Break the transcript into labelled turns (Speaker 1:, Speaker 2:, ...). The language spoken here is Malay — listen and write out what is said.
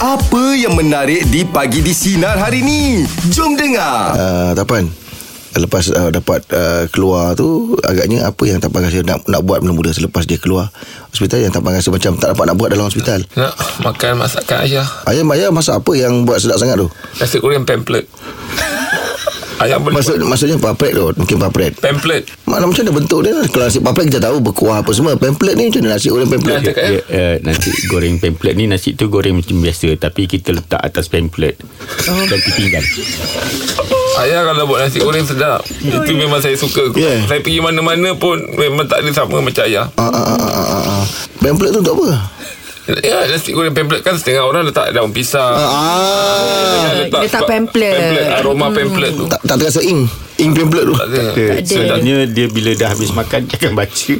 Speaker 1: Apa yang menarik di pagi di sinar hari ni? Jom dengar.
Speaker 2: uh, Tapan Lepas uh, dapat uh, keluar tu Agaknya apa yang Tapan rasa nak, nak buat mula-mula Selepas dia keluar hospital Yang Tapan rasa macam tak dapat nak buat dalam hospital
Speaker 3: Nak makan masakan ayah
Speaker 2: Ayam ayam masak apa yang buat sedap sangat tu
Speaker 3: Nasi goreng pamphlet Ayah boleh
Speaker 2: Maksud,
Speaker 3: buat
Speaker 2: Maksudnya papret tu Mungkin papret
Speaker 3: Pamphlet
Speaker 2: Mana macam mana bentuk dia Kalau nasi papret kita tahu Berkuah apa semua Pamphlet ni macam mana nasi goreng pamphlet
Speaker 3: Dia cakap,
Speaker 4: Ya, uh, nasi goreng pamphlet ni nasi tu goreng macam biasa tapi kita letak atas pamphlet
Speaker 3: Oh.
Speaker 4: dan pinggan.
Speaker 3: Ayah kalau buat nasi goreng sedap Itu memang saya suka
Speaker 2: Ya.
Speaker 3: Saya pergi mana-mana pun Memang tak ada sama macam ayah
Speaker 2: Ah, ah, ah, ah, ah, ah. Pamphlet tu untuk apa?
Speaker 3: Ya nasi goreng pamphlet kan Setengah orang letak daun pisang
Speaker 2: Ah,
Speaker 3: Setengah
Speaker 5: letak
Speaker 3: sebab-
Speaker 5: pamphlet. Hmm.
Speaker 3: pamphlet Aroma pamphlet tu
Speaker 2: tak, tak terasa ing Ing pamphlet tu
Speaker 3: Tak ada
Speaker 4: Sebabnya dia bila dah habis makan dia akan baca